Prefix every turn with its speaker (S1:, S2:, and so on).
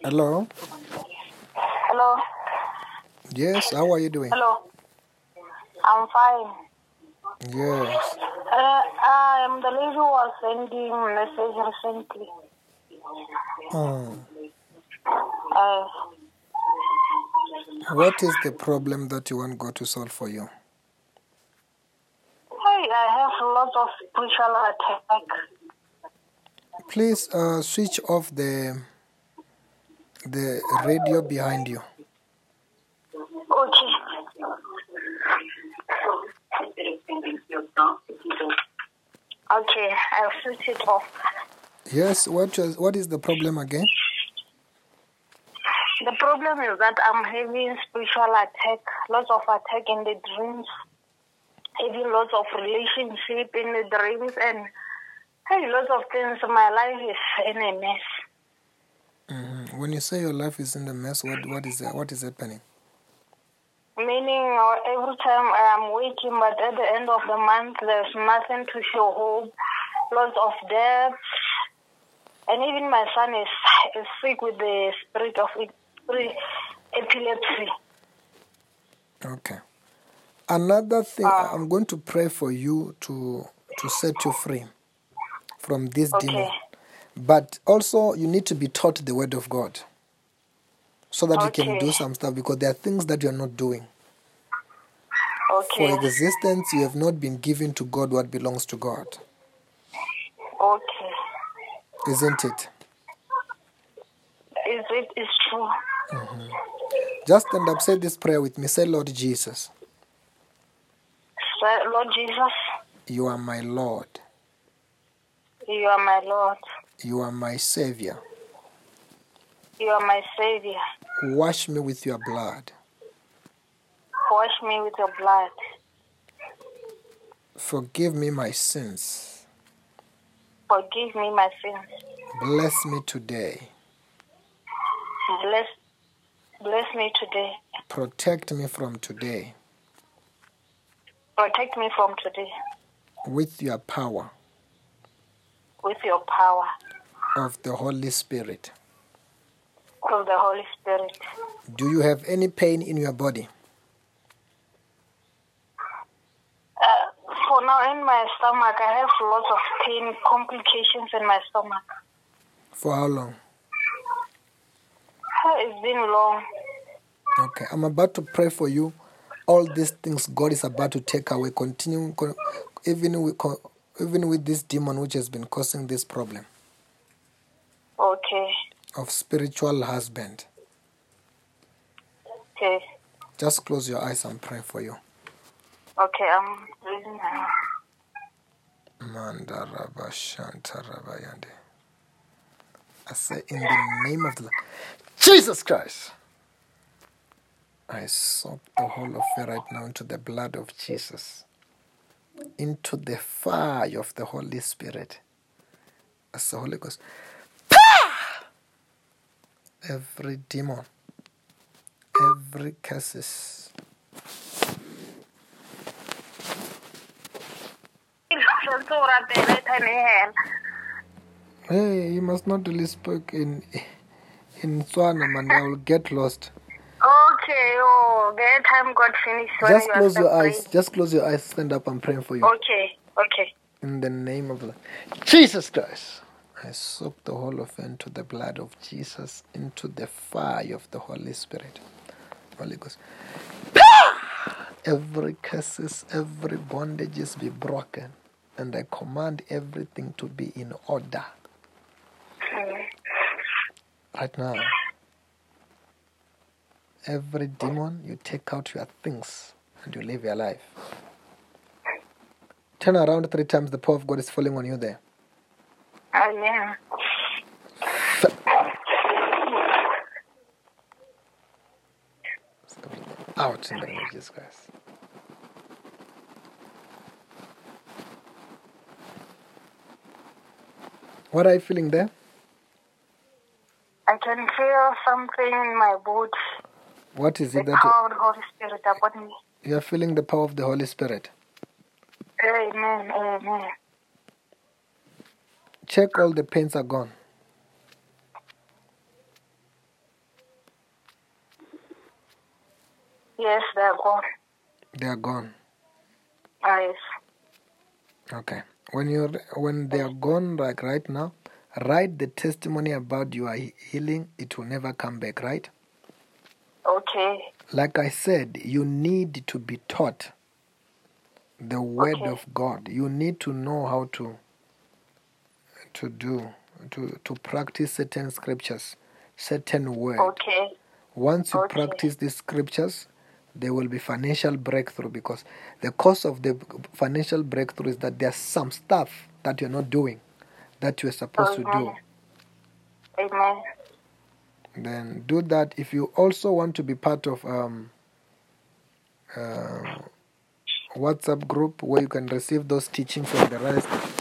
S1: Hello.
S2: Hello.
S1: Yes. How are you doing?
S2: Hello. I'm fine.
S1: Yes.
S2: Uh, I'm the lady who was sending message recently.
S1: Mm.
S2: Uh,
S1: What is the problem that you want God to solve for you?
S2: I, I have a lot of spiritual attack.
S1: Please uh, switch off the the radio behind you.
S2: Okay. Okay, I'll switch it off.
S1: Yes. What is what is the problem again?
S2: The problem is that I'm having spiritual attack, lots of attack in the dreams, having lots of relationship in the dreams, and hey, lots of things. My life is in a mess.
S1: Mhm. When you say your life is in the mess, what what is that? What is happening?
S2: Meaning, uh, every time I'm waking, but at the end of the month, there's nothing to show hope. Lots of debt, and even my son is is sick with the spirit of e- epilepsy.
S1: Okay. Another thing, I'm going to pray for you to to set you free from this
S2: Okay.
S1: demon. But also, you need to be taught the word of God so that you can
S2: Okay.
S1: do some stuff because there are things that you are not doing. For
S2: Okay.
S1: existence, you have not been given to God what belongs to God,
S2: Okay.
S1: isn't it?
S2: Is it is true?
S1: Just stand up, say this prayer with me. Say, Lord Jesus,
S2: So, Lord Jesus,
S1: you are my Lord,
S2: you are my Lord.
S1: you are my Savior.
S2: You are my Savior.
S1: Wash me with your blood,
S2: Wash me with your blood.
S1: forgive me my sins,
S2: Forgive me my sins.
S1: bless me today.
S2: Bless, bless me today.
S1: Protect me from today
S2: Protect me from today
S1: with your power
S2: with your power
S1: of the Holy Spirit.
S2: of the Holy Spirit.
S1: Do you have any pain in your body?
S2: Uh, for now, in my stomach, I have lots of pain, complications in my stomach.
S1: For how long?
S2: Uh, It's been long.
S1: Okay, I'm about to pray for you. All these things God is about to take away. Continue, con- even with con- even with this demon which has been causing this problem
S2: Okay.
S1: of spiritual husband.
S2: Okay.
S1: Just close your eyes and pray for you.
S2: Okay. I'm reading now.
S1: Mandarabashantarabhayande. I say in the name of the Lord. Jesus Christ. I soak the whole of you right now into the blood of Jesus, into the fire of the Holy Spirit. As the Holy Ghost, every demon, every curses, Hey, you must not really speak in in Swana, man. I will get lost.
S2: Okay, oh, the time got finished when
S1: Just
S2: you are
S1: close your
S2: separated.
S1: eyes. Just close your eyes. Stand up. I'm praying for you.
S2: Okay, okay,
S1: In the name of the Jesus Christ. I soak the whole of you into the blood of Jesus, into the fire of the Holy Spirit. Holy Ghost. Every curses, every bondages be broken. And I command everything to be in order
S2: Mm.
S1: right now. Every demon, you take out your things and you live your life. Turn around three times, the power of God is falling on you there.
S2: amen.
S1: Out in the name of Jesus Christ. What are you feeling there?
S2: I can feel something in my body,
S1: What is
S2: the
S1: it that you,
S2: power of the Holy Spirit upon me.
S1: you are feeling? The power of the Holy Spirit.
S2: Amen, amen.
S1: Check all the pains are gone.
S2: Yes, they are gone.
S1: They are gone.
S2: Ah, yes.
S1: Okay. When you are when they are gone, like right now, write the testimony about your he- healing. It will never come back, right?
S2: Okay.
S1: Like I said, you need to be taught the word
S2: Okay.
S1: of God. You need to know how to to do to to practice certain scriptures, certain words.
S2: Okay.
S1: Once you
S2: Okay.
S1: practice these scriptures, there will be financial breakthrough because the cause of the financial breakthrough is that there's some stuff that you're not doing that you're supposed to do.
S2: Amen. Amen.
S1: Then do that. If you also want to be part of um, uh, WhatsApp group where you can receive those teachings and the rest,